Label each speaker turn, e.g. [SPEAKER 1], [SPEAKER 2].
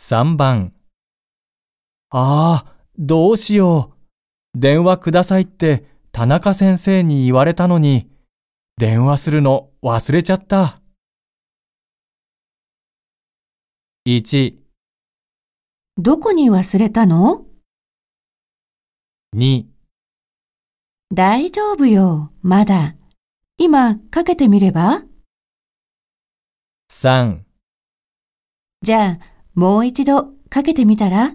[SPEAKER 1] 3番。ああ、どうしよう。電話くださいって田中先生に言われたのに、電話するの忘れちゃった。1、
[SPEAKER 2] どこに忘れたの
[SPEAKER 1] 2、
[SPEAKER 2] 大丈夫よ、まだ。今、かけてみれば
[SPEAKER 1] 3
[SPEAKER 2] じゃあ、もう一度かけてみたら